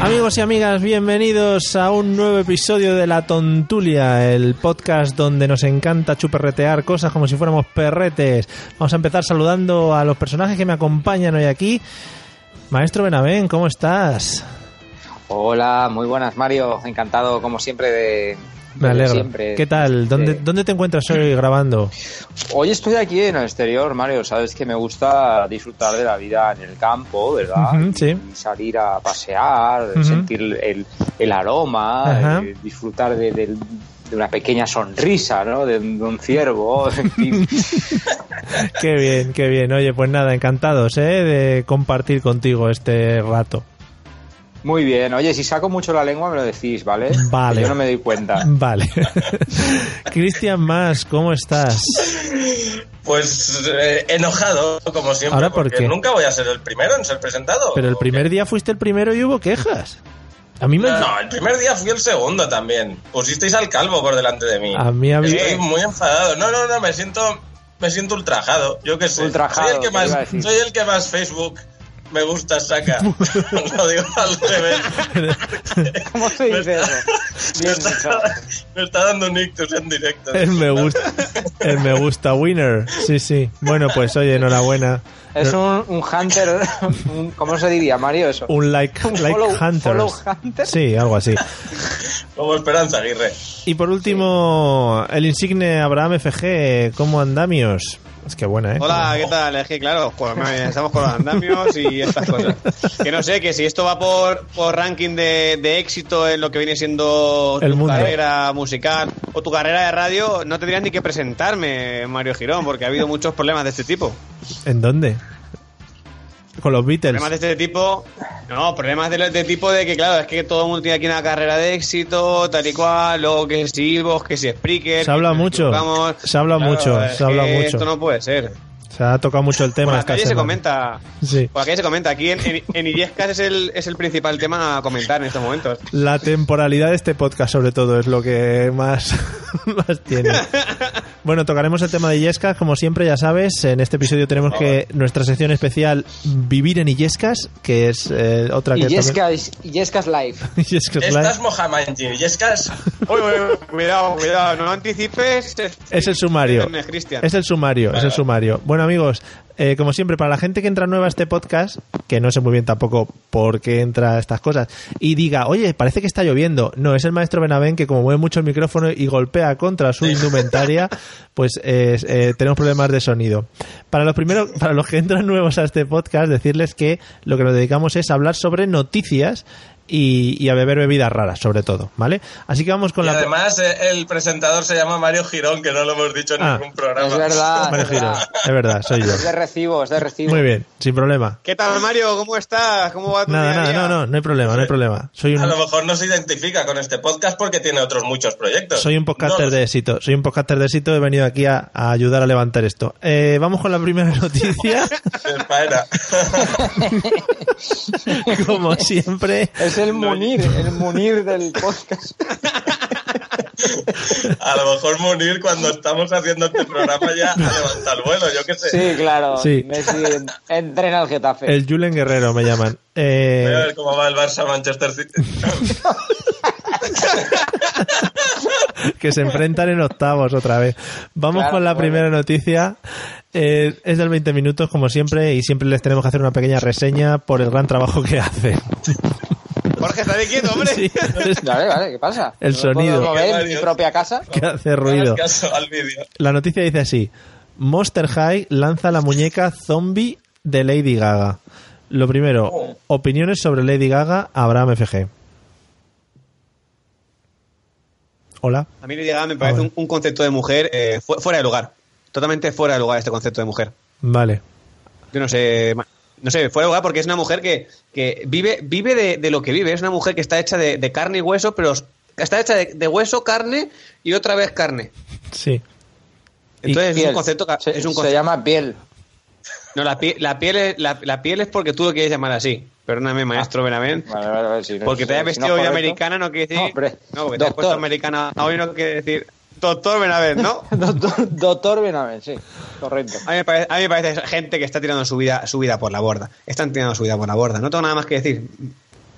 amigos y amigas, bienvenidos a un nuevo episodio de La Tontulia, el podcast donde nos encanta chuperretear cosas como si fuéramos perretes. Vamos a empezar saludando a los personajes que me acompañan hoy aquí. Maestro Benavén, ¿cómo estás? Hola, muy buenas Mario, encantado como siempre de... Me de alegro. siempre. ¿Qué tal? ¿Dónde, Eh, ¿Dónde te encuentras hoy grabando? Hoy estoy aquí en el exterior, Mario, sabes que me gusta disfrutar de la vida en el campo, ¿verdad? Ujú, sí. Y salir a pasear, Ujú. sentir el, el Ajá. aroma, eh, disfrutar de, del- de una pequeña sonrisa, ¿no? De, un- de un ciervo, en fin. Qué bien, qué bien. Oye, pues nada, encantados ¿eh? de compartir contigo este rato. Muy bien, oye, si saco mucho la lengua me lo decís, ¿vale? Vale. Que Yo no me doy cuenta. Vale. Cristian Más, ¿cómo estás? Pues eh, enojado, como siempre, Ahora, ¿por porque qué? nunca voy a ser el primero en ser presentado. Pero el ¿O primer día fuiste el primero y hubo quejas. A mí qué? me... No, el primer día fui el segundo también. Pusisteis al calvo por delante de mí. A mí había- Estoy muy enfadado. No, no, no, me siento, me siento ultrajado. Yo qué sé. Ultrajado, soy, el que te iba a más, decir. soy el que más Facebook me gusta saca. Lo digo al revés. ¿Cómo se dice eso? Me Bien está, dicho. me está dando un ictus en directo. El me gusta, el me gusta winner. Sí, sí. Bueno, pues oye, enhorabuena. Es un, un hunter, un- ¿cómo se diría, Mario, eso? Un like, un like follow- hunters. follow hunter. Sí, algo así. Como Esperanza Aguirre. Y por último, el insigne Abraham FG, ¿cómo andamios? Es que buena, ¿eh? Hola, ¿qué tal? Es que claro, joder, madre mía, estamos con los andamios y estas cosas. Que no sé, que si esto va por, por ranking de, de éxito en lo que viene siendo El tu mundo. carrera musical o tu carrera de radio, no tendrías ni que presentarme, Mario Girón, porque ha habido muchos problemas de este tipo. ¿En dónde? Con los Beatles. Problemas de este tipo, no, problemas de, de tipo de que, claro, es que todo el mundo tiene aquí una carrera de éxito, tal y cual, luego que si Ivos, que si Spreaker. Se habla que si mucho, nos equivocamos. se habla mucho, es se habla que mucho. Esto no puede ser. Se ha tocado mucho el tema Por la esta calle se semana. comenta. Sí. Por Pues aquí se comenta, aquí en, en, en Illescas es el, es el principal tema a comentar en estos momentos. La temporalidad de este podcast, sobre todo, es lo que más, más tiene. Bueno, tocaremos el tema de Illescas, como siempre, ya sabes. En este episodio tenemos que nuestra sección especial Vivir en Illescas, que es eh, otra que Y también- Yescas, Yescas Live. Illescas Live. Estas Mohamanji y estas Uy, uy, uy, cuidado, cuidado, no anticipes. Es el sumario. Es Cristian. Es el sumario, es el vale. sumario. Bueno, amigos, eh, como siempre, para la gente que entra nueva a este podcast, que no sé muy bien tampoco por qué entra estas cosas, y diga, oye, parece que está lloviendo. No, es el maestro Benavén que como mueve mucho el micrófono y golpea contra su indumentaria, pues eh, eh, tenemos problemas de sonido. Para los primeros, para los que entran nuevos a este podcast, decirles que lo que nos dedicamos es a hablar sobre noticias y, y a beber bebidas raras, sobre todo, ¿vale? Así que vamos con Y la... además eh, el presentador se llama Mario Girón, que no lo hemos dicho en Ah. ningún programa. Es verdad. Mario es verdad. Girón, es verdad, soy yo. Es de recibo, es de recibo. Muy bien, sin problema. ¿Qué tal, Mario? ¿Cómo estás? ¿Cómo va tu Nada, día a nada, día? no, no, no hay problema, no hay problema. Soy A un, lo mejor no se identifica con este podcast porque tiene otros muchos proyectos. soy un podcaster No, de éxito, soy un podcaster de éxito, he venido aquí a, a ayudar a levantar esto. Eh, vamos con la primera noticia, es faena. como siempre. Es el Munir, el Munir del podcast. A lo mejor Munir cuando estamos haciendo este programa ya a levantar el vuelo, yo qué sé. Sí, claro. Sí. Messi en- entrena al Getafe. El Julen Guerrero me llaman. Voy a Eh, ver cómo va el Barça Manchester City. que se enfrentan en octavos otra vez. Vamos Claro, con la bueno. primera noticia. Eh, es del 20 minutos, como siempre, y siempre les tenemos que hacer una pequeña reseña por el gran trabajo que hacen. Jorge, está de quieto, hombre. Sí, es Vale, vale, ¿qué pasa? El ¿No me sonido. ¿Puedo mover en mi Varios. propia casa? que hace No hagas ruido. caso al vídeo. La noticia dice así: Monster High lanza la muñeca zombie de Lady Gaga. Lo primero, Oh. opiniones sobre Lady Gaga, Abraham FG. Hola. A mí llegaba, me Ah, parece un, un concepto de mujer eh, fu- fuera de lugar. Totalmente fuera de lugar este concepto de mujer. Vale. Yo no sé, ma- no sé, fuera de lugar porque es una mujer que, que vive, vive de, de lo que vive. Es una mujer que está hecha de, de carne y hueso, pero s- está hecha de, de hueso, carne y otra vez carne. Sí. Y Entonces es un Piel. concepto, ca- se, es un se llama piel. No, la, pie- la piel es, la, la piel es porque tú lo quieres llamar así. Perdóname, maestro Benavent. Ah. Vale, vale, vale, si no- Porque te hayas si no es vestido hoy correcto. americana no quiere decir. No, hombre. No, porque te has Doctor. puesto americana hoy no quiere decir. Doctor Benavent, ¿no? Doctor, doctor Benavent, sí, correcto. A mí, me parece, a mí me parece gente que está tirando su vida, su vida por la borda. Están tirando su vida por la borda. No tengo nada más que decir.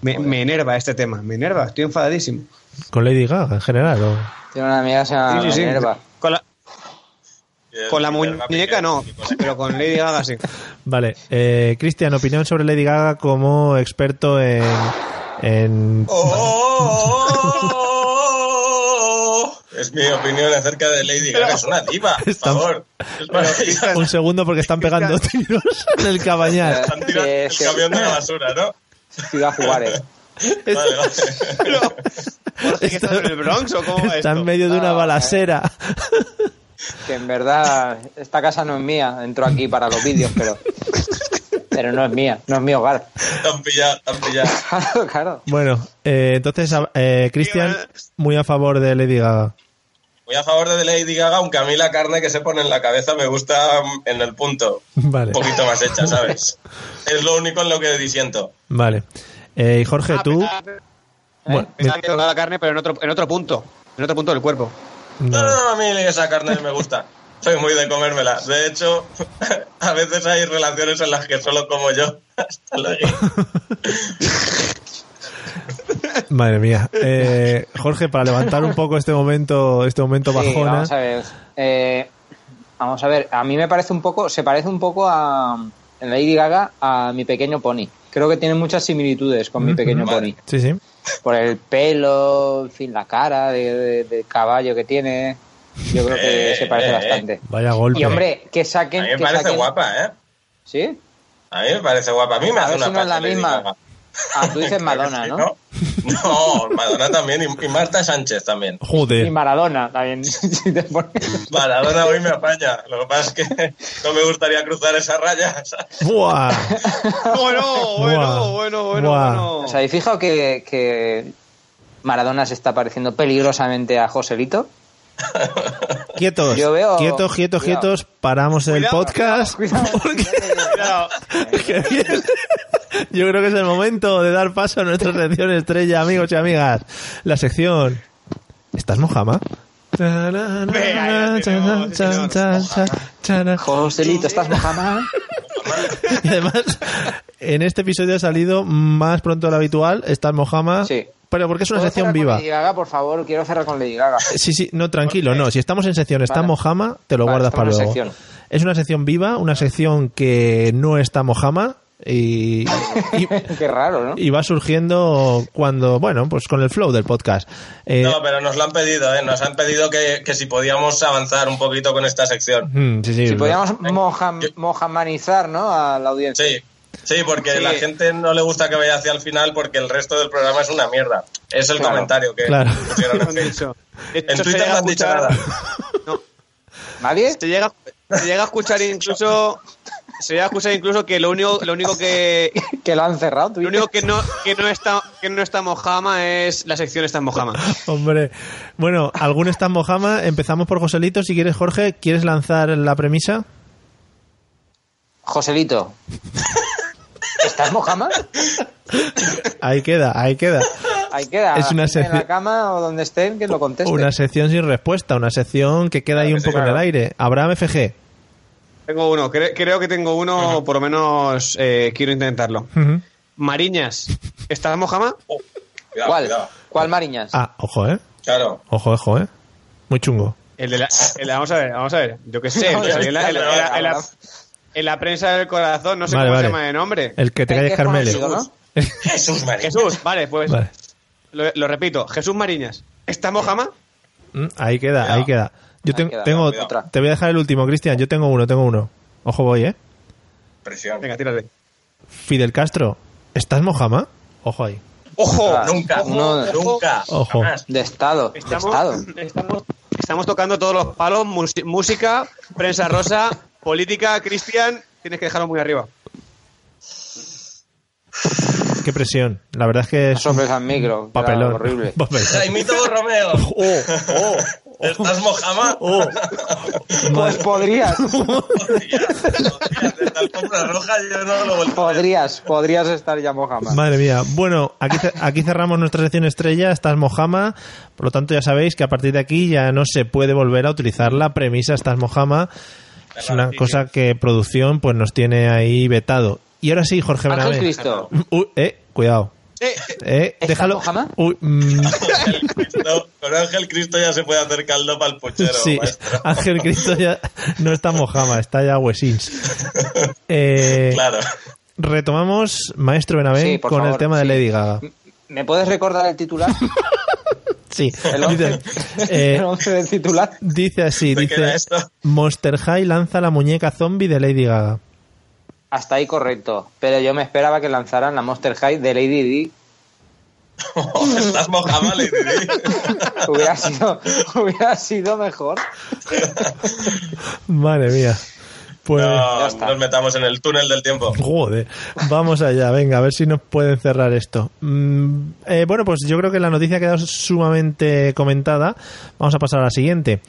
Me, me enerva este tema, me enerva, estoy enfadadísimo. Con Lady Gaga en general. o- Tiene una amiga que se llama Sí, sí, sí. Minerva. Con la, Y el- con la y el Gabi muñeca que- no, y con la- pero con Lady Gaga sí. Vale, eh, Cristian, opinión sobre Lady Gaga como experto en... en- ¡Oh, oh, oh, oh, oh, oh! Es mi opinión acerca de Lady Gaga. Es una diva, por Está- favor. Es maravillosa. Un segundo porque están pegando tiros en el cabañal. Están tirando el Sí, sí. camión de la basura, ¿no? Ciudad Juárez. Vale, vale. Pero, ¿qué estás en el Bronx o cómo va Está en esto? medio de una Ah, balacera. Que en verdad esta casa no es mía. Entro aquí para los vídeos, pero. Pero no es mía, no es mi hogar. Están pillados, están pillados. Claro, claro. Bueno, eh, entonces, a- eh, Cristian, muy a favor de Lady Gaga. Voy a favor de Lady Gaga, aunque a mí la carne que se pone en la cabeza me gusta mm, en el punto. Vale, Un poquito más hecha, ¿sabes? Es lo único en lo que disiento. vale. Eh, y Jorge, tú... Bueno, mi- Pensaba que tocaba la carne, pero en otro, en otro punto, en otro punto del cuerpo. No, no. no, no, a mí esa carne me gusta. Soy muy de comérmela. De hecho, a veces hay relaciones en las que solo como yo. Hasta luego. Madre mía. Eh, Jorge, para levantar un poco este momento, este momento Sí, bajona. vamos a ver. Eh, vamos a ver, a mí me parece un poco, se parece un poco a en Lady Gaga a Mi Pequeño Pony. Creo que tiene muchas similitudes con Mi Pequeño Vale. Pony. Sí, sí. Por el pelo, en fin, la cara de, de- de caballo que tiene. Yo creo que Eh, se parece eh, bastante. Vaya golpe. Y hombre, que saquen. A mí me que parece saquen- guapa, ¿eh? ¿Sí? A mí me parece guapa. A mí me A hace ver una si no es la falta Lady misma. Gaga. Ah, tú dices Creo que Madonna, sí, ¿no? No, Madonna también y, y Marta Sánchez también. Y Joder. Maradona también. si te pones. Maradona hoy me apaña. Lo que pasa es que no me gustaría cruzar esa raya. ¿sabes? Buah. Bueno, Buah. bueno, bueno, bueno, Buah. bueno. ¿Os habéis fijado que, que Maradona se está pareciendo peligrosamente a Joselito? Quietos. Yo veo- Quietos, quietos, Cuidado. quietos. Paramos el Cuidado, podcast. Cuidado. Cuidado. Qué bien. Yo creo que es el momento de dar paso a nuestra sección estrella, amigos y amigas. La sección. ¿Estás mojama? Venga, ya tenemos, señor. Joselito, ¿estás mojama? Y además, en este episodio ha salido más pronto de lo habitual. Estás mojama. Sí. Pero porque es una ¿Puedo sección cerrar con viva. Lady Gaga, por favor, quiero cerrar con Lady Gaga. Sí, sí, no, tranquilo, no. Si estamos en sección, está Vale. Mojama, te lo Vale, guardas para estamos en luego. Es una sección viva, una sección que no está Mojama y, y, Qué raro, ¿no? y va surgiendo cuando, bueno, pues con el flow del podcast. Eh, No, pero nos lo han pedido, ¿eh? Nos han pedido que, que si podíamos avanzar un poquito con esta sección. mm, sí, sí, Si lo- podíamos mojam- mojamanizar, ¿no? A la audiencia. Sí, sí, porque Sí. la gente no le gusta que vaya hacia el final porque el resto del programa es una mierda. Es el Claro. comentario que Claro. pusieron en Han Facebook. dicho. En Twitter no han dicho nada. ¿Nadie? se llega, se llega a escuchar incluso se llega a escuchar incluso que lo único lo único que Que lo han cerrado. ¿tú lo dices? único que no que no está que no está mojama es la sección está en mojama Hombre, bueno, algún está Mojama. Empezamos por Joselito. Si quieres, Jorge, ¿quieres lanzar la premisa? Joselito. ¿Estás mojama? Ahí queda, ahí queda. Ahí queda. Es una en sección- la cama o donde estén, que lo contesten. Una sección sin respuesta, una sección que queda ahí Claro un que sí, poco en el claro. aire. Abraham FG. tengo uno cre- creo que tengo uno por lo menos eh, quiero intentarlo Ujú. mariñas está en mojama Oh, cuidado, ¿Cuál? cuidado. ¿Cuál Mariñas? Ah, ojo, eh. Claro. Ojo, ojo, eh. Muy chungo. el de la, el de- vamos a ver vamos a ver yo qué sé Vamos a ver. en la, en la- en la- en la- en la prensa del corazón no sé Vale, cómo vale. se llama de nombre El que te El calles, que es Carmele. conocido, ¿no? Jesús María. Jesús vale pues Vale. lo, lo repito Jesús Mariñas está en mojama Mm, Ahí queda, ahí queda. Yo Ahí ten- queda, tengo, cuidado. Otra. te voy a dejar el último, Cristian. Yo tengo uno, tengo uno. Ojo voy, ¿eh? Presión. venga tírate Fidel Castro, ¿estás mojama? Ojo ahí. ojo Ostras. Nunca, Uno- nunca. Ojo. jamás. De Estado. De Estado. Estamos, estamos, estamos tocando todos los palos, musi- música, prensa rosa, política, Cristian, tienes que dejarlo muy arriba. Qué presión. La verdad es que es un Sorpresa al micro. papelón. Claro, Horrible. Papelón. Jaimito Borromeo. Oh, oh, ¿Estás mojama? oh. Pues podrías, Podrías, podrías, de tal compra roja yo no lo vuelvo a ver. podrías, podrías estar ya Mojama. Madre mía. Bueno, aquí, ce- aquí cerramos nuestra sección estrella. Estás mojama. Por lo tanto, ya sabéis que a partir de aquí ya no se puede volver a utilizar la premisa Estás mojama. Es una cosa que producción pues nos tiene ahí vetado. Y ahora sí, Jorge Ángel Benavent. Cristo. Uh, eh, cuidado. Eh, ¿Es déjalo. tanto jamás? Uy, mm, Con Ángel Cristo- con Ángel Cristo ya se puede hacer caldo para el pochero, sí, Ah, maestro. Ángel Cristo ya no está mojama, está ya huesins. Eh, Claro. Retomamos, maestro Benavent, Sí, por con el favor, tema de sí. Lady Gaga. ¿Me puedes recordar el titular? Sí, El once. dice, eh, el once del titular. dice así, ¿Te queda dice esto? Monster High lanza la muñeca zombie de Lady Gaga. Hasta ahí correcto. Pero yo me esperaba que lanzaran la Monster High de Lady Di. Estás mojama, Lady Di. Hubiera sido, hubiera sido mejor. Madre mía. Pues, No, está. nos metamos en el túnel del tiempo. joder. Vamos allá, venga, a ver si nos pueden cerrar esto. Mm, eh, bueno, pues yo creo que la noticia ha quedado sumamente comentada. Vamos a pasar a la siguiente.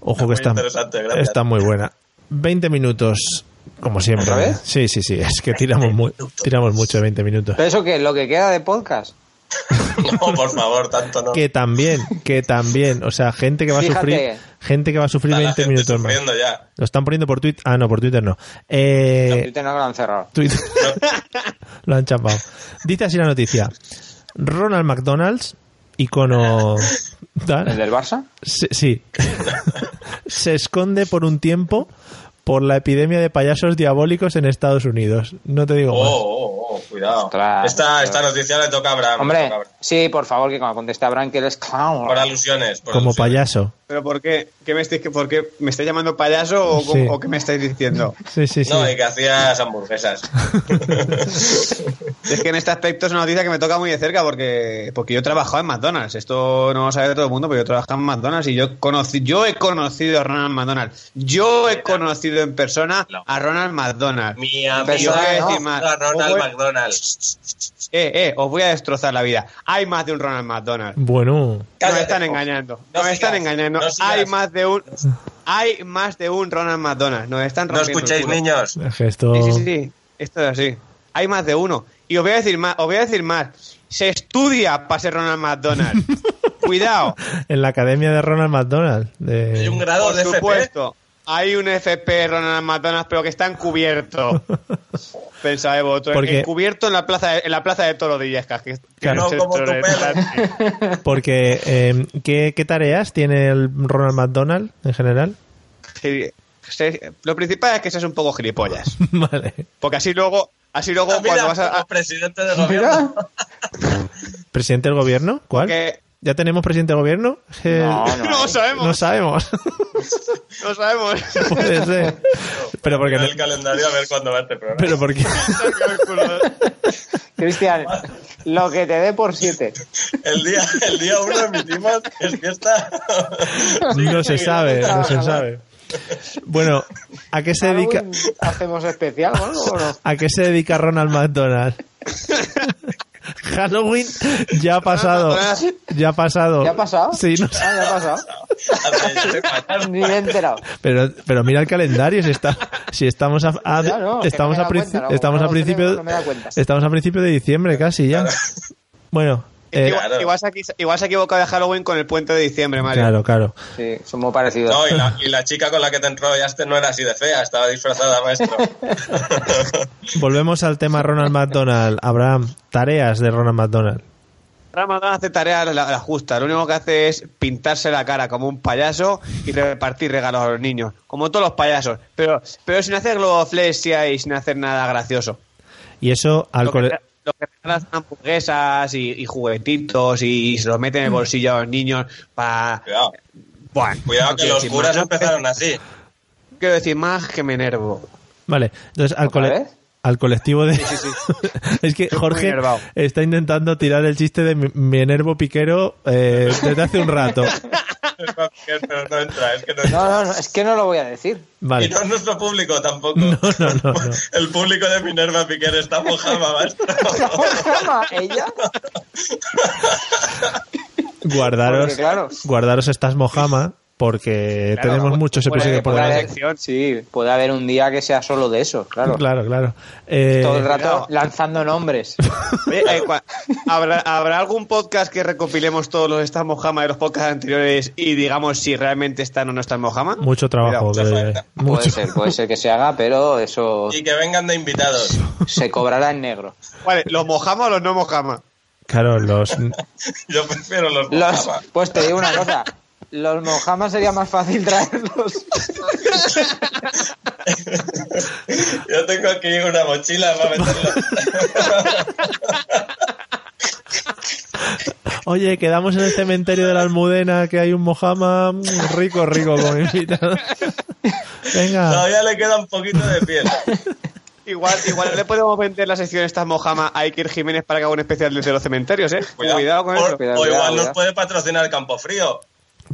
Ojo que Muy está, interesante, gracias. está muy buena. 20 minutos, como siempre. ¿Otra vez? Sí, sí, sí, es que tiramos, mu- tiramos mucho de 20 minutos. Pero eso que lo que queda de podcast. No, por favor, tanto no. que también, que también, o sea, gente que va a Fíjate. sufrir, gente que va a sufrir Está la 20 gente minutos más. sufriendo ya. Lo están poniendo por Twitter. Ah, no, por Twitter no. Eh, Yo tengo que lo han cerrado. Twitter. Lo han chapado. Dice así la noticia. Ronald McDonald's, icono... tal, ¿El del Barça? se- sí. Se esconde por un tiempo por la epidemia de payasos diabólicos en Estados Unidos. No te digo Oh, más. oh, oh, cuidado. Ostras. esta, esta noticia le toca a Abraham. le Hombre, toca a Abraham. sí, por favor, que cuando conteste Abraham que eres clown. Por alusiones. por Como alusiones. payaso. ¿Pero por qué? ¿Qué me estáis, ¿Por qué me estáis llamando payaso o, Sí. o qué me estáis diciendo? Sí, sí, sí. No, eh. y que hacías hamburguesas. Es que en este aspecto es una noticia que me toca muy de cerca porque, porque yo trabajaba en McDonald's. Esto no lo sabe todo el mundo, pero yo trabajaba en McDonald's y yo, conocí, yo he conocido a Ronald McDonald. Yo he conocido en persona a Ronald McDonald. Mi amigo Personaje, es ¿no? a Ronald Ojo, eh. McDonald. Eh, eh, os voy a destrozar la vida. Hay más de un Ronald McDonald. Bueno, No Cállate, me están ojo. engañando. No No me están sigas, engañando. no sigas. Hay más de un... Hay más de un Ronald McDonald. Nos están No rompiendo el escuchéis, culo. niños. es que esto... Sí, sí, sí. Esto es así. Hay más de uno. Y os voy a decir más. Os voy a decir más. Se estudia para ser Ronald McDonald. Cuidado. En la academia de Ronald McDonald. de- Hay un grado Por de ¿eh? FP. supuesto. Hay un FP Ronald McDonald, pero que está encubierto. Pensáis vosotros. Porque- Encubierto en la plaza de, en la plaza de Toro de Illescas, que- que Claro. no sé No como tu sobre- pelo. Porque, eh, ¿qué, qué tareas tiene el Ronald McDonald en general? Sí, se- Lo principal es que seas un poco gilipollas. vale. Porque así luego, así luego Ah, cuando Mira, vas a- como a presidente de gobierno. ¿Presidente del gobierno? ¿Cuál? que- ¿Ya tenemos presidente del gobierno? Eh, No, no, no lo sabemos, no sabemos. no sabemos. Puede ser. Pero porque. En el calendario a ver cuándo va este programa. Pero porque. Cristian, lo que te dé por siete. El día, el día uno emitimos que es fiesta. No se sabe, no se Ojalá. sabe. Bueno, ¿a qué se dedica, ¿Algún ¿Hacemos especial o algo o no? ¿a qué se dedica Ronald McDonald? Halloween ya ha pasado. McDonald. Ya ha pasado. ¿Ya ha pasado? Sí, no sé. Ah, ya ha pasado. Ni me he enterado. Pero, pero mira el calendario, si, está, si estamos a, a- Ya, no, que estamos no a, me da princi- cuenta, luego, estamos a luego principio no me da cuenta. estamos a principio de diciembre casi ya. Bueno, eh, igual, claro. igual se ha equi- igual se ha equivocado de Halloween con el puente de diciembre, Mario. claro, claro. Sí, son muy parecidos. No, y la, y la chica con la que te enrollaste no era así de fea, estaba disfrazada, maestro. Volvemos al tema Ronald McDonald, Abraham, tareas de Ronald McDonald. Ramadán hace tareas la, la justa. Lo único que hace es pintarse la cara como un payaso y repartir regalos a los niños. Como todos los payasos. Pero, pero sin hacer globoflexia y sin hacer nada gracioso. Y eso al Lo que, cole- tra- lo que regalan son hamburguesas y, y juguetitos y se los mete en el bolsillo a los niños para... Cuidado. Cuidado que los curas empezaron así. Quiero decir más que me enervo. Vale, entonces al, ¿Otra cole- vez? al colectivo de... es que Estoy muy Jorge enervado. está intentando tirar el chiste de mi, mi enervo piquero eh, desde hace un rato. Pero no entra, es que no entra. No, no, no, es que no lo voy a decir. Vale. Y no es nuestro público tampoco. no, no, no. El público de Minerva Piquer está mojama, maestro. llama? ¿Ella? Guardaros, Porque, claro. guardaros estas mojama porque Claro, tenemos pu- mucho se puede- consigue por puede delante. haber- sección. sí, puede haber un día que sea solo de eso, claro. Claro, claro. Eh, Todo el rato cuidado. lanzando nombres. Oye, eh, cua- ¿habrá, habrá algún podcast que recopilemos todos los Estás Mojama de los podcasts anteriores y digamos si realmente están o no están Mojama? mucho trabajo. Cuidado, que mucha debe- falta. mucho. Puede ser, puede ser que se haga, pero eso Y que vengan de invitados. se cobrará en negro. Vale, ¿los Mojama o los no Mojama? Claro, los. Yo prefiero los Los, Mojama. pues te digo una cosa, los mojamas sería más fácil traerlos. Yo tengo aquí una mochila para meterlo. Oye, quedamos en el cementerio de la Almudena que hay un Mojama mm, rico, rico como invitado. Venga. Todavía le queda un poquito de piel. Igual, igual le podemos vender la sección Estás Mojama a Iker Jiménez para que haga un especial desde los cementerios, ¿eh? Cuidado, con O- eso. Cuidado, o igual cuidado, nos cuidado. puede patrocinar Campofrío.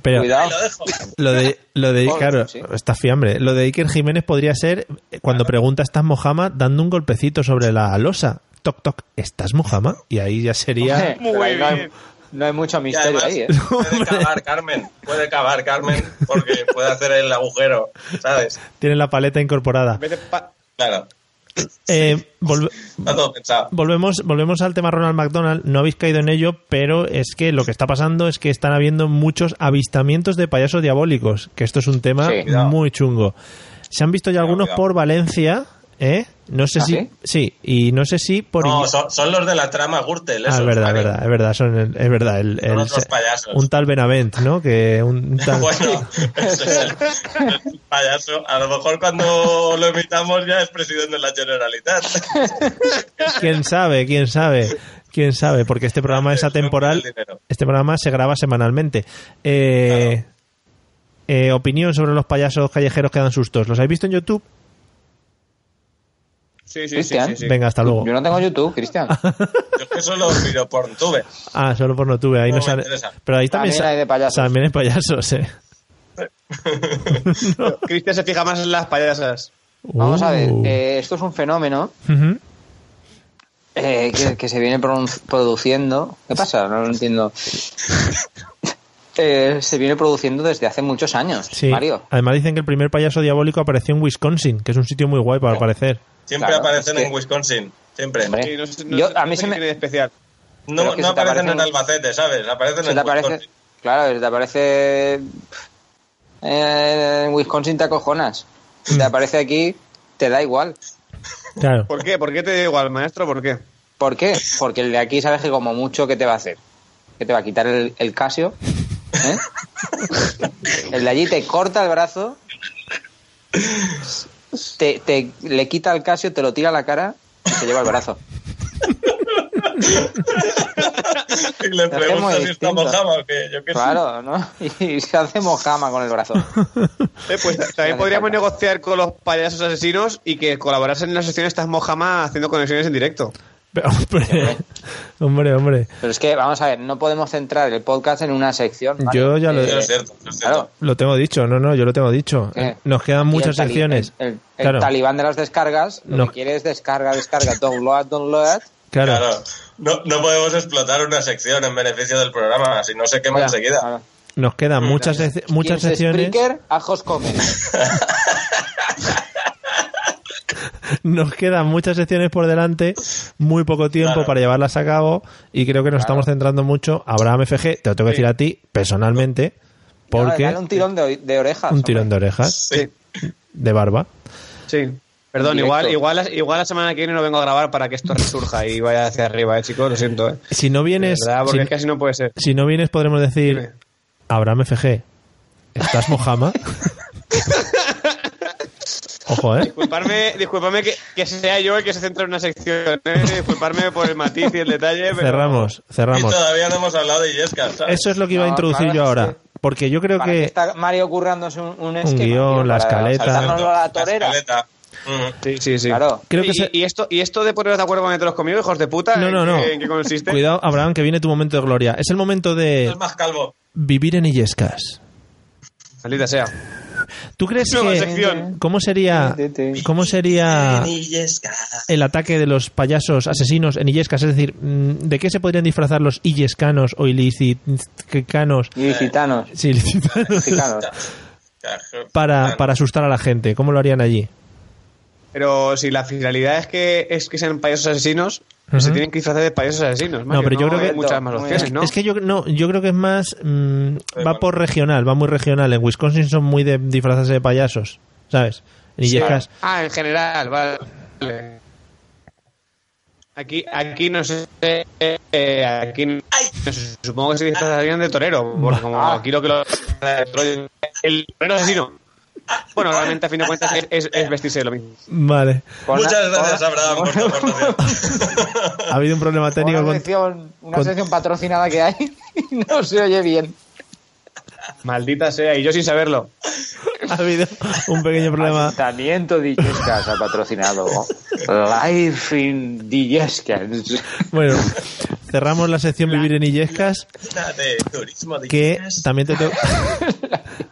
Pero Ahí Cuidado. lo dejo. lo de, lo de Oh, claro, sí. está fiambre. Lo de Iker Jiménez podría ser eh, cuando pregunta ¿estás Mojama? dando un golpecito sobre la losa. Toc, toc, ¿estás Mojama? Y ahí ya sería. Pero ahí no, hay, bien. no hay mucho Y misterio además ahí, ¿eh? puede cavar Carmen. Puede cavar Carmen porque puede hacer el agujero, ¿sabes? Tiene la paleta incorporada. Vete pa- Claro, Eh, volve- está todo pensado. Volvemos, volvemos al tema Ronald McDonald. No habéis caído en ello, pero es que lo que está pasando es que están habiendo muchos avistamientos de payasos diabólicos, que esto es un tema Sí. Cuidado. muy chungo. Se han visto ya Cuidado, algunos cuidado. por Valencia, ¿eh? No sé ¿Ah, si... Sí, y no sé si por... No, Iñi- son, son los de la trama Gürtel. Ah, esos, es verdad, es ¿vale? verdad, es verdad, son el- es verdad, el- Son el- otros payasos. un tal Benavent, ¿no? Que un tal... Bueno, ese es el, el payaso. A lo mejor cuando lo invitamos ya es presidente de la Generalitat. ¿Quién sabe? ¿Quién sabe? ¿Quién sabe? Porque este programa es atemporal. El dinero. Este programa se graba semanalmente. Eh, eh, opinión sobre los payasos callejeros que dan sustos. ¿Los habéis visto en YouTube? Sí, sí, sí, Cristian. sí, sí. Venga, hasta luego. Yo no tengo YouTube, Cristian. Yo es que solo miro por tuve. Ah, solo por no tuve. Ahí No no me sale. interesa. Pero ahí también, También sa- hay de payasos. También hay payasos, eh. Cristian se fija más en las payasas. Vamos a ver, Uh. eh, esto es un fenómeno Ujú. eh, que, que se viene pronun- produciendo. ¿Qué pasa? No lo entiendo. Eh, se viene produciendo desde hace muchos años, Sí. Mario. Además dicen que el primer payaso diabólico apareció en Wisconsin, que es un sitio muy guay para aparecer. Siempre Claro, aparecen es que- en Wisconsin. Siempre. Hombre. Sí, no sé- no Yo- sé- a no mí sé se qué me- tiene de especial. Pero No, es que no se te aparecen en aparecen- Albacete, ¿sabes? Aparecen Se en te aparece, Wisconsin. claro, se te aparece eh, en Wisconsin te acojonas. Se Te Mm. aparece aquí, te da igual. Claro. ¿Por qué? ¿Por qué te da igual, maestro? ¿Por qué? ¿Por qué? Porque el de aquí sabes que como mucho, ¿qué te va a hacer? Que te va a quitar el, el casio. ¿eh? el de allí te corta el brazo, te, te- le quita el casio, te lo tira a la cara y se lleva el brazo. Y le que es pregunto muy si está distinto. mojama o qué. Yo qué sé. Claro, ¿no? Y se hace mojama con el brazo. Eh, pues hace también podríamos falta. negociar con los payasos asesinos y que colaborasen en la sección Estás Mojama haciendo conexiones en directo. Pero, hombre, hombre, hombre. Pero es que, vamos a ver, no podemos centrar el podcast en una sección. ¿vale? Yo ya lo, Sí, Eh, es cierto, es Claro. cierto. lo tengo dicho, no, no, yo lo tengo dicho. ¿Qué? Nos quedan Y muchas el tali- secciones. El, el- el Claro. talibán de las descargas, lo No. que quiere es descarga, descarga, download, download. Claro. Claro. No, no podemos explotar una sección en beneficio del programa, si no se quema Oiga, enseguida. claro. Nos quedan muchas, sec- muchas Quien se secciones. Spreaker, ajos comen. Nos quedan muchas secciones por delante, muy poco tiempo Claro. para llevarlas a cabo y creo que nos estamos centrando mucho. Abraham FG, te lo tengo que decir a ti personalmente, porque Dale un tirón de, o- de orejas. un tirón de orejas, Sí. de barba. Sí. Perdón, Directo. igual, igual, la- igual la semana que viene no vengo a grabar para que esto resurja y vaya hacia arriba, eh, chicos, lo siento, eh. Si no vienes, De verdad, porque si, es que así no puede ser. si no vienes podremos Dime. decir, Abraham FG, ¿estás mojama? Ojo, ¿eh? Disculparme, disculparme que, que sea yo el que se centra en una sección, eh. Disculparme por el matiz y el detalle, pero... Cerramos, Y cerramos. todavía no hemos hablado de Yesca, ¿sabes? Eso es lo que iba a No, introducir claro, yo sí. ahora, porque yo creo Para que que... está Mario currándose un, un esquema, guión, tío, la para escaleta. saltárnoslo a la torera. escaleta. Eh, Mm. Sí, sí, sí. Claro. Creo que y, se- y esto, y esto de poneros de acuerdo con todos conmigo, hijos de puta, No, ¿en no, qué- no. ¿en qué consiste? Cuidado, Abraham, que viene tu momento de gloria. Es el momento de Es más calvo. vivir en Illescas. Maldita sea. ¿Tú crees Nueva que sección. cómo sería cómo sería el ataque de los payasos asesinos en Illescas? Es decir, mm, ¿de qué se podrían disfrazar los illescanos o ilicicanos? Y gitanos. Sí, ilicitanos, Gitanos. para, para asustar a la gente. ¿Cómo lo harían allí? Pero si la finalidad es que, es que sean payasos asesinos, pues Ujú. se tienen que disfrazar de payasos asesinos. Mario, pero yo creo Hay que- muchas más Muy opciones, bien. ¿no? Es que yo no, yo creo que es más mm, va bueno. por regional, va muy regional. En Wisconsin son muy de disfrazarse de payasos, ¿sabes? En Illescas. Ah, en general, vale. Aquí, aquí no sé. eh, aquí no sé, Supongo que se disfrazarían de torero. Porque como Ah. aquí lo que lo. El torero asesino. Bueno, realmente a fin de cuentas es, es- es vestirse de lo mismo. Vale. Con Muchas una- gracias, con- Abraham, por tu aportación. Ha habido un problema con técnico Una con, sección, una con- sección patrocinada que hay y no se oye bien. Maldita sea, y yo sin saberlo. ha habido un pequeño problema. Ayuntamiento de Illescas ha patrocinado Life in Illescas. Bueno, cerramos la sección Vivir en Illescas, Una de turismo de que Illescas. también te, tengo-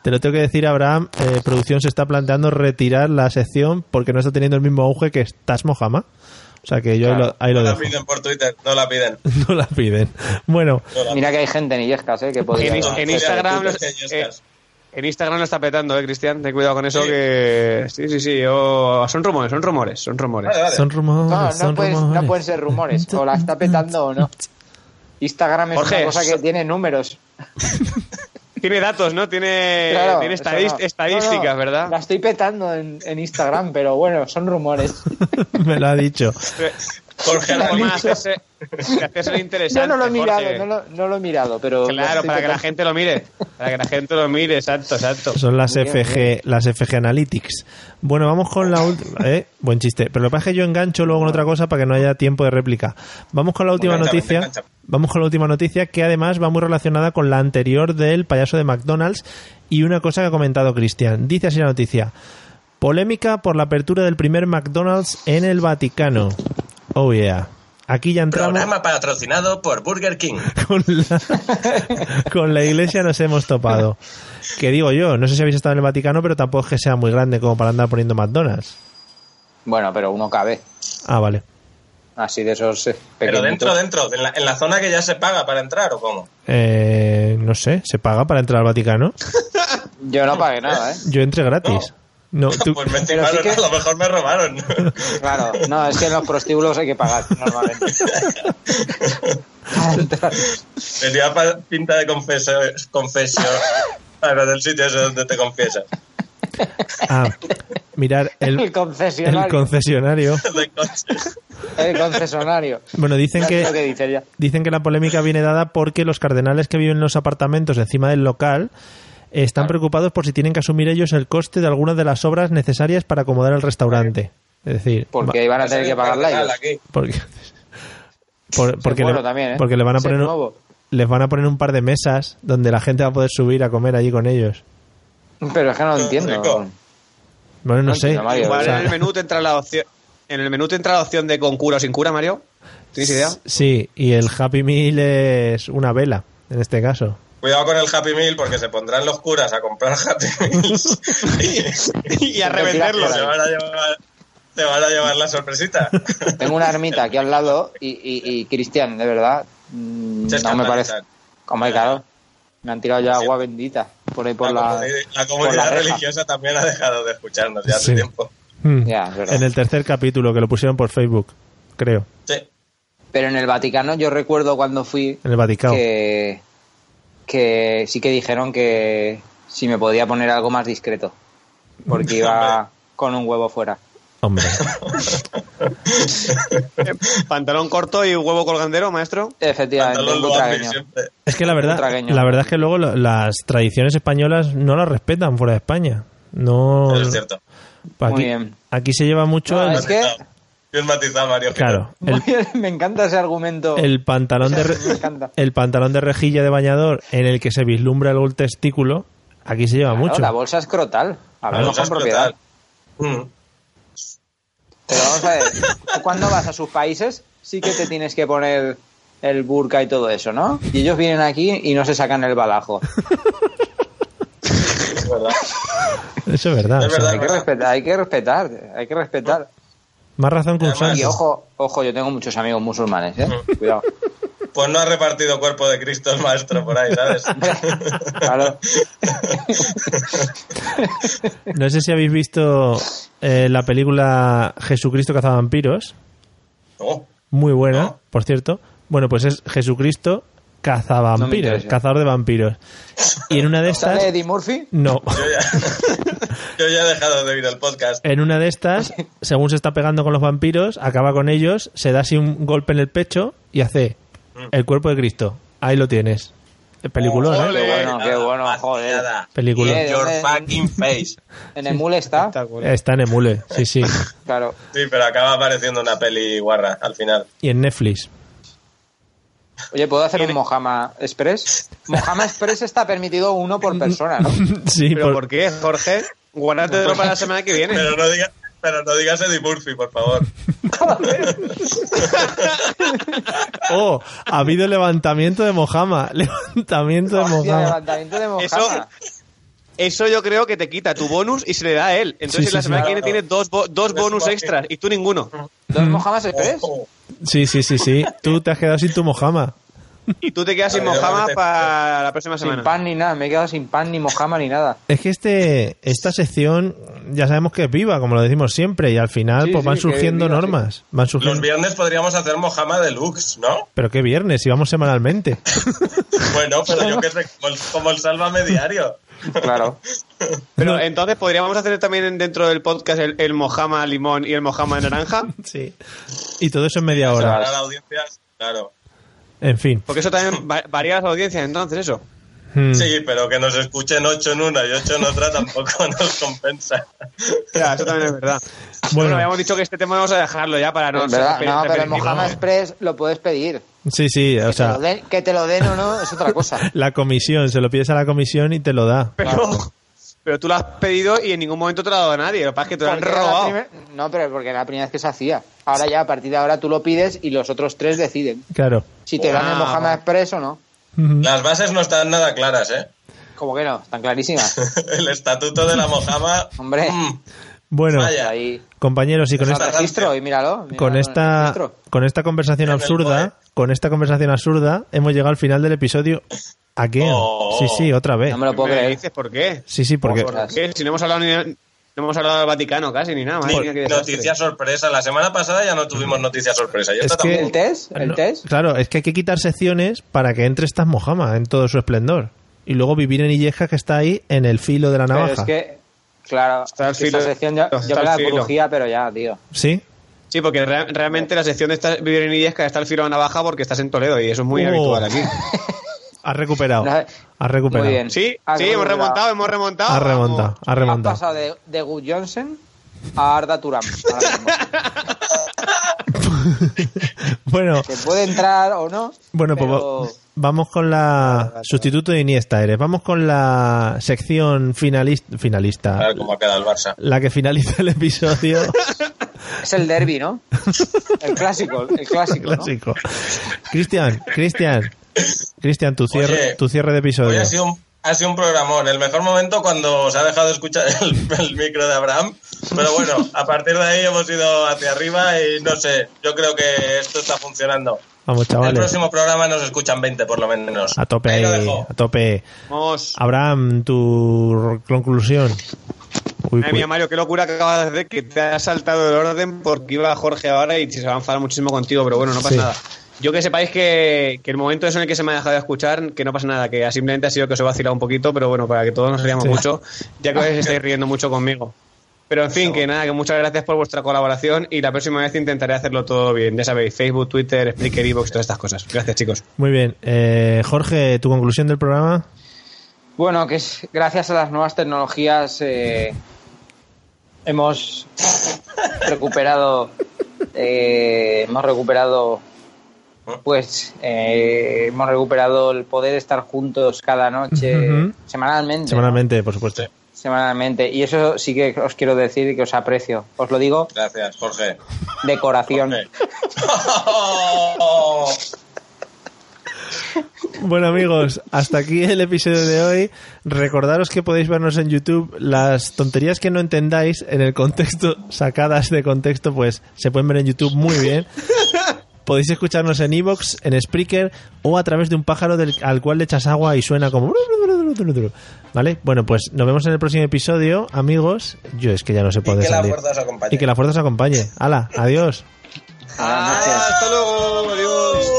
te lo tengo que decir, Abraham. eh, producción se está planteando retirar la sección porque no está teniendo el mismo auge que Estás Mojama. O sea que yo ahí lo- ahí lo, No la dejo. piden por Twitter, no la piden. No la piden. Bueno, No la Mira que hay gente en Illescas, ¿eh? Que podría En, Insta- en Instagram. Mira, los- tú, Illescas. eh, en Instagram lo está petando, eh, Cristian. Ten cuidado con eso Sí. que. Sí, sí, sí. oh, son rumores, son rumores, son rumores. Vale, vale. son rumores. No, no, son puedes- no rumores. pueden ser rumores. O la está petando o no. Instagram es Jorge, una cosa que so- tiene números. Tiene datos, ¿no? Tiene, Claro, Eh, tiene eso estadis- no. estadísticas, No, no, ¿verdad? La estoy petando en, en Instagram, pero bueno, son rumores. Me lo ha dicho. Jorge Pero Aragón. más, hacerse, que hacerse lo Yo interesante. no lo he mirado, Jorge. no lo, no lo he mirado, pero... Claro, para que la gente lo mire. Para que la gente lo mire, exacto, exacto. Son las Muy bien, FG, las FG Analytics. Bueno, vamos con la última. eh, Buen chiste. Pero lo que pasa es que yo engancho luego con otra cosa para que no haya tiempo de réplica. Vamos con la última Engancha, noticia. engancha. Vamos con la última noticia que además va muy relacionada con la anterior del payaso de McDonald's y una cosa que ha comentado Cristian. Dice así la noticia. Polémica por la apertura del primer McDonald's en el Vaticano. Oh yeah. Aquí ya entramos Programa patrocinado por Burger King. con la, con la iglesia nos hemos topado. Que digo yo, no sé si habéis estado en el Vaticano, pero tampoco es que sea muy grande como para andar poniendo McDonald's. Bueno, pero uno cabe. Ah, vale. Así de esos eh, Pero pequeñitos. dentro, dentro, en la, en la zona que ya se paga para entrar o cómo. Eh, no sé, ¿se paga para entrar al Vaticano? Yo no pagué nada, ¿eh? Yo entré gratis. No, tú- Pues me Pero sí encima que- a lo mejor me robaron. Claro, no, es que en los prostíbulos hay que pagar normalmente. Para entrar. Tenía pa- pinta de confesor, confesio. Bueno, del sitio ese donde te confiesas. ah, mirar El el, el concesionario. concesionario. De coches. El concesionario. Bueno, dicen Ya sé que lo que dice ya. Dicen que la polémica viene dada porque los cardenales que viven en los apartamentos encima del local están preocupados por si tienen que asumir ellos el coste de algunas de las obras necesarias para acomodar el restaurante. Es decir, Porque iban a tener que pagarla ellos. Aquí. va- porque, por- porque, bueno le, también, ¿eh? porque le van a Ese poner es un- nuevo. les van a poner un par de mesas donde la gente va a poder subir a comer allí con ellos. Pero es que no lo Qué entiendo. rico. Bueno, no, No sé. entiendo, Mario. O Igual sea, en el menú te entra la opción. En el menú te entra la opción de con cura o sin cura, Mario. ¿Tienes idea? sí, y el Happy Meal es una vela, en este caso. Cuidado con el Happy Meal porque se pondrán los curas a comprar Happy Meals y, y a revenderlos. revenderlo. Se van a llevar, se van a llevar la sorpresita. Tengo una ermita aquí al lado y, y, y Cristian, de verdad, mm, Se no me escandalizan. parece. Hombre, claro, me han tirado ya agua bendita por ahí por la. comuni- la por comunidad reja. religiosa también ha dejado de escucharnos ya hace Sí. tiempo. Hmm. Ya, es verdad. en el tercer capítulo que lo pusieron por Facebook, creo, Sí. Pero en el Vaticano yo recuerdo cuando fui en el Vaticano. que, que sí que dijeron que si me podía poner algo más discreto, porque iba con un huevo fuera. Hombre. Pantalón corto y huevo colgandero, maestro. Efectivamente, un Pantalón lo hace butragueño. siempre. Es que la verdad, Tragueño. la verdad es que luego lo- las tradiciones españolas no las respetan fuera de España. No. Eso es cierto. Aquí, Muy bien. aquí se lleva mucho No, el- es que- Bien matizado, Mario. claro, el, me encanta ese argumento. el pantalón de re- Me encanta. el pantalón de rejilla de bañador en el que se vislumbra el gol testículo, aquí se lleva Claro, mucho. La bolsa es crotal. Vamos Hablamos a con propiedad. explotar. Mm. Pero vamos a ver, tú cuando vas a sus países sí que te tienes que poner el burka y todo eso, ¿no? Y ellos vienen aquí y no se sacan el balajo. es verdad. Eso es verdad. Es o sea, verdad. Hay que respetar, hay que respetar, hay que respetar. Más razón que un Además, santo. Y ojo, ojo, yo tengo muchos amigos musulmanes, ¿eh? Cuidado. Pues no ha repartido cuerpo de Cristo el maestro por ahí, ¿sabes? Claro. No sé si habéis visto eh, la película Jesucristo cazavampiros. Oh, Muy buena, ¿No? por cierto. Bueno, pues es Jesucristo No me cazavampiros, interesa. cazador de vampiros. Y en una de estas... ¿Sale Eddie Murphy? No. yo, ya, yo ya he dejado de oír el podcast. En una de estas, según se está pegando con los vampiros, acaba con ellos, se da así un golpe en el pecho y hace el cuerpo de Cristo. Ahí lo tienes. El peliculón, ¿eh? Ole, Qué bueno, qué nada, bueno, más joder. nada. Peliculón. In Your fucking face. En el mule está, Está en Emule, sí, sí. claro. Sí, pero acaba apareciendo una peli guarra al final. Y en Netflix. Oye, ¿puedo hacer un Mojama Express? Mojama Express está permitido uno por persona, ¿no? Sí, ¿Pero por- por qué, Jorge? Guárdatelo para la semana que viene. Pero no digas, pero no digas Eddie Murphy, por favor. Oh, ha habido levantamiento de Mojama. Levantamiento de Hostia, Mojama. levantamiento de Eso- Mojama. Eso yo creo que te quita tu bonus y se le da a él. Entonces Sí, sí, la semana sí. que viene tiene dos, bo- dos Eso bonus va a extras y tú ninguno. ¿Dos Mojamas Express? Ojo. Sí, sí, sí, sí. Tú te has quedado sin tu Mojama. Y tú te quedas sin Ay, Dios, Mojama vete. para la próxima Sin semana. pan ni nada, me he quedado sin pan, ni Mojama, ni nada. Es que este, esta sección ya sabemos que es viva, como lo decimos siempre, y al final Sí, pues sí, van que surgiendo viva, sí. normas. Van Los surgiendo. viernes podríamos hacer Mojama Deluxe, ¿no? Pero qué viernes, si vamos semanalmente. Bueno, pero yo que sé, como el, como el Sálvame diario. Claro. Pero entonces podríamos hacer también dentro del podcast el, el Mojama limón y el Mojama naranja. Sí. Y todo eso en media Para hora. la audiencia, claro. En fin. Porque eso también va- varía las audiencias, entonces eso. Mm. Sí, pero que nos escuchen ocho en una y ocho en otra tampoco nos compensa. Ya, eso también es verdad. Bueno, habíamos dicho que este tema vamos a dejarlo ya para no ¿Verdad? ser No, pero el repetitivo. Mojama Express lo puedes pedir. Sí, sí, o Que te, sea, lo den, que te lo den o no es otra cosa. la comisión, se lo pides a la comisión y te lo da. Pero, pero tú lo has pedido y en ningún momento te lo ha dado a nadie. Lo que pasa es que te lo han Porque era la robado. primer- No, pero porque era la primera vez que se hacía. Ahora ya, a partir de ahora, tú lo pides y los otros tres deciden Claro. Hmm. si te dan el Ah, Mojama vale. Express o no. Ujú. Las bases no están nada claras, ¿eh? Como que no, están clarísimas. El estatuto de la Mojama. Hombre. mm, Bueno, Vaya. Ahí. compañeros, y con Con esta, Bastante. registro y míralo. míralo con en el esta, registro. con esta conversación En el absurda, con esta conversación absurda, hemos llegado al final del episodio. ¿A qué? Oh. Sí, sí, otra vez. No me lo puedo ¿Me creer. dices por qué? Sí, sí, porque ¿Por qué? Si no hemos hablado ni no hemos hablado del Vaticano casi ni nada. madre Ni mía, qué desastre. noticia sorpresa. La semana pasada ya no tuvimos noticia sorpresa. Y Mm. Es esta que- ¿El tampoco. test? ¿El No, test? Claro, es que hay que quitar secciones para que entre estas Mojama en todo su esplendor. Y luego vivir en Illescas que está ahí en el filo de la Pero navaja. es que, claro, Está al es que esta filo- sección ya, está yo me al la filo. crujía, pero ya, tío. ¿Sí? Sí, porque re- realmente la sección de esta vivir en Illesca está al filo de la navaja porque estás en Toledo y eso es muy Oh. habitual aquí. Has recuperado. No, Has recuperado. muy bien. Sí, Ah, sí, qué hemos buena. remontado, hemos remontado. Has remontado, has Has remontado. pasado de, de Gus Johnson a Arda Turam. ahora mismo. Bueno, Que puede entrar o no. bueno, pues pero- va- vamos con la sustituto de Iniesta eres. Vamos con la sección finalista, A finalista, ver cómo ha quedado el Barça. la que finaliza el episodio Es el derby, ¿no? El clásico, el clásico. ¿no? clásico. Cristian, Cristian, Cristian, tu cierre, Oye, tu cierre de Hoy episodio. ha sido, un, ha sido un programón. El mejor momento cuando se ha dejado de escuchar el, el micro de Abraham. Pero bueno, a partir de ahí hemos ido hacia arriba y no sé. Yo creo que esto está funcionando. Vamos, El chavales, próximo programa nos escuchan 20 por lo menos. a tope, Ahí lo ahí, dejo. a tope. Vamos. Abraham, tu conclusión. Uy, Madre mía, cu- Mario, qué locura que acabas de hacer, que te has saltado el orden porque iba Jorge ahora y se va a enfadar muchísimo contigo, pero bueno, no pasa Sí. nada. Yo que sepáis que, que el momento es en el que se me ha dejado de escuchar, que no pasa nada, que simplemente ha sido que os he vacilado un poquito, pero bueno, para que todos nos riamos Sí. mucho, ya que os estáis riendo mucho conmigo. Pero en fin, que nada, que muchas gracias por vuestra colaboración y la próxima vez intentaré hacerlo todo bien. Ya sabéis, Facebook, Twitter, Spreaker, Evox, todas estas cosas. Gracias, chicos. Muy bien. Eh, Jorge, tu conclusión del programa. Bueno, que es gracias a las nuevas tecnologías eh, hemos recuperado, eh, hemos recuperado, pues eh, hemos recuperado el poder estar juntos cada noche, Ujú. semanalmente. ¿no? Semanalmente, por supuesto. Semanalmente. Y eso sí que os quiero decir y que os aprecio. Os lo digo Gracias, Jorge. de corazón. Eh. Oh, Bueno amigos, hasta aquí el episodio de hoy. Recordaros que podéis vernos en YouTube. Las tonterías que no entendáis en el contexto, sacadas de contexto, pues se pueden ver en YouTube muy bien. Podéis escucharnos en Evox, en Spreaker o a través de un pájaro del- al cual le echas agua y suena como... ¿Vale? Bueno, pues nos vemos en el próximo episodio, amigos. Yo es que ya no sé Y puede que la salir. fuerza os acompañe. Y que la fuerza os acompañe. Hala, adiós. Ah. Buenas noches. hasta luego, adiós.